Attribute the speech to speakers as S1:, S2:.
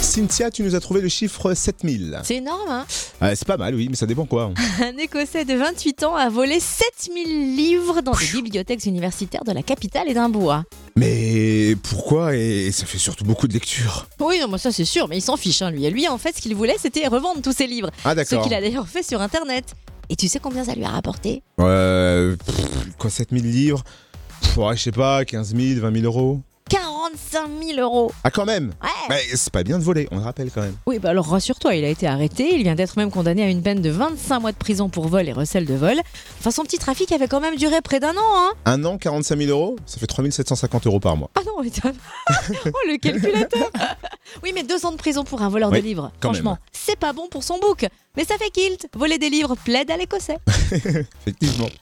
S1: Cynthia, tu nous as trouvé le chiffre 7000.
S2: C'est énorme, hein
S1: Ah, c'est pas mal, oui, mais ça dépend quoi.
S2: Un Écossais de 28 ans a volé 7000 livres dans des bibliothèques universitaires de la capitale Édimbourg.
S1: Mais pourquoi Et ça fait surtout beaucoup de lecture.
S2: Oui, non, moi ça c'est sûr, mais il s'en fiche, hein, lui. Et lui, en fait, ce qu'il voulait, c'était revendre tous ses livres.
S1: Ah,
S2: Ce
S1: d'accord.
S2: qu'il a d'ailleurs fait sur Internet. Et tu sais combien ça lui a rapporté
S1: Euh, pff, quoi, 7000 livres Pff, ouais, Je sais pas, 15 000, 20 000 euros
S2: 45 000 euros.
S1: Ah, quand même
S2: Ouais
S1: Mais c'est pas bien de voler, on le rappelle quand même.
S2: Oui, bah alors rassure-toi, il a été arrêté. Il vient d'être même condamné à une peine de 25 mois de prison pour vol et recel de vol. Enfin, son petit trafic avait quand même duré près d'un an, hein
S1: Un an, 45 000 euros Ça fait 3750 euros par mois.
S2: Ah non, mais t'as- Oh, le calculateur Oui, mais deux ans de prison pour un voleur
S1: Oui,
S2: de livres.
S1: quand
S2: Franchement,
S1: même.
S2: c'est pas bon pour son bouc. Mais ça fait kilt. Voler des livres plaide à l'écossais.
S1: Effectivement.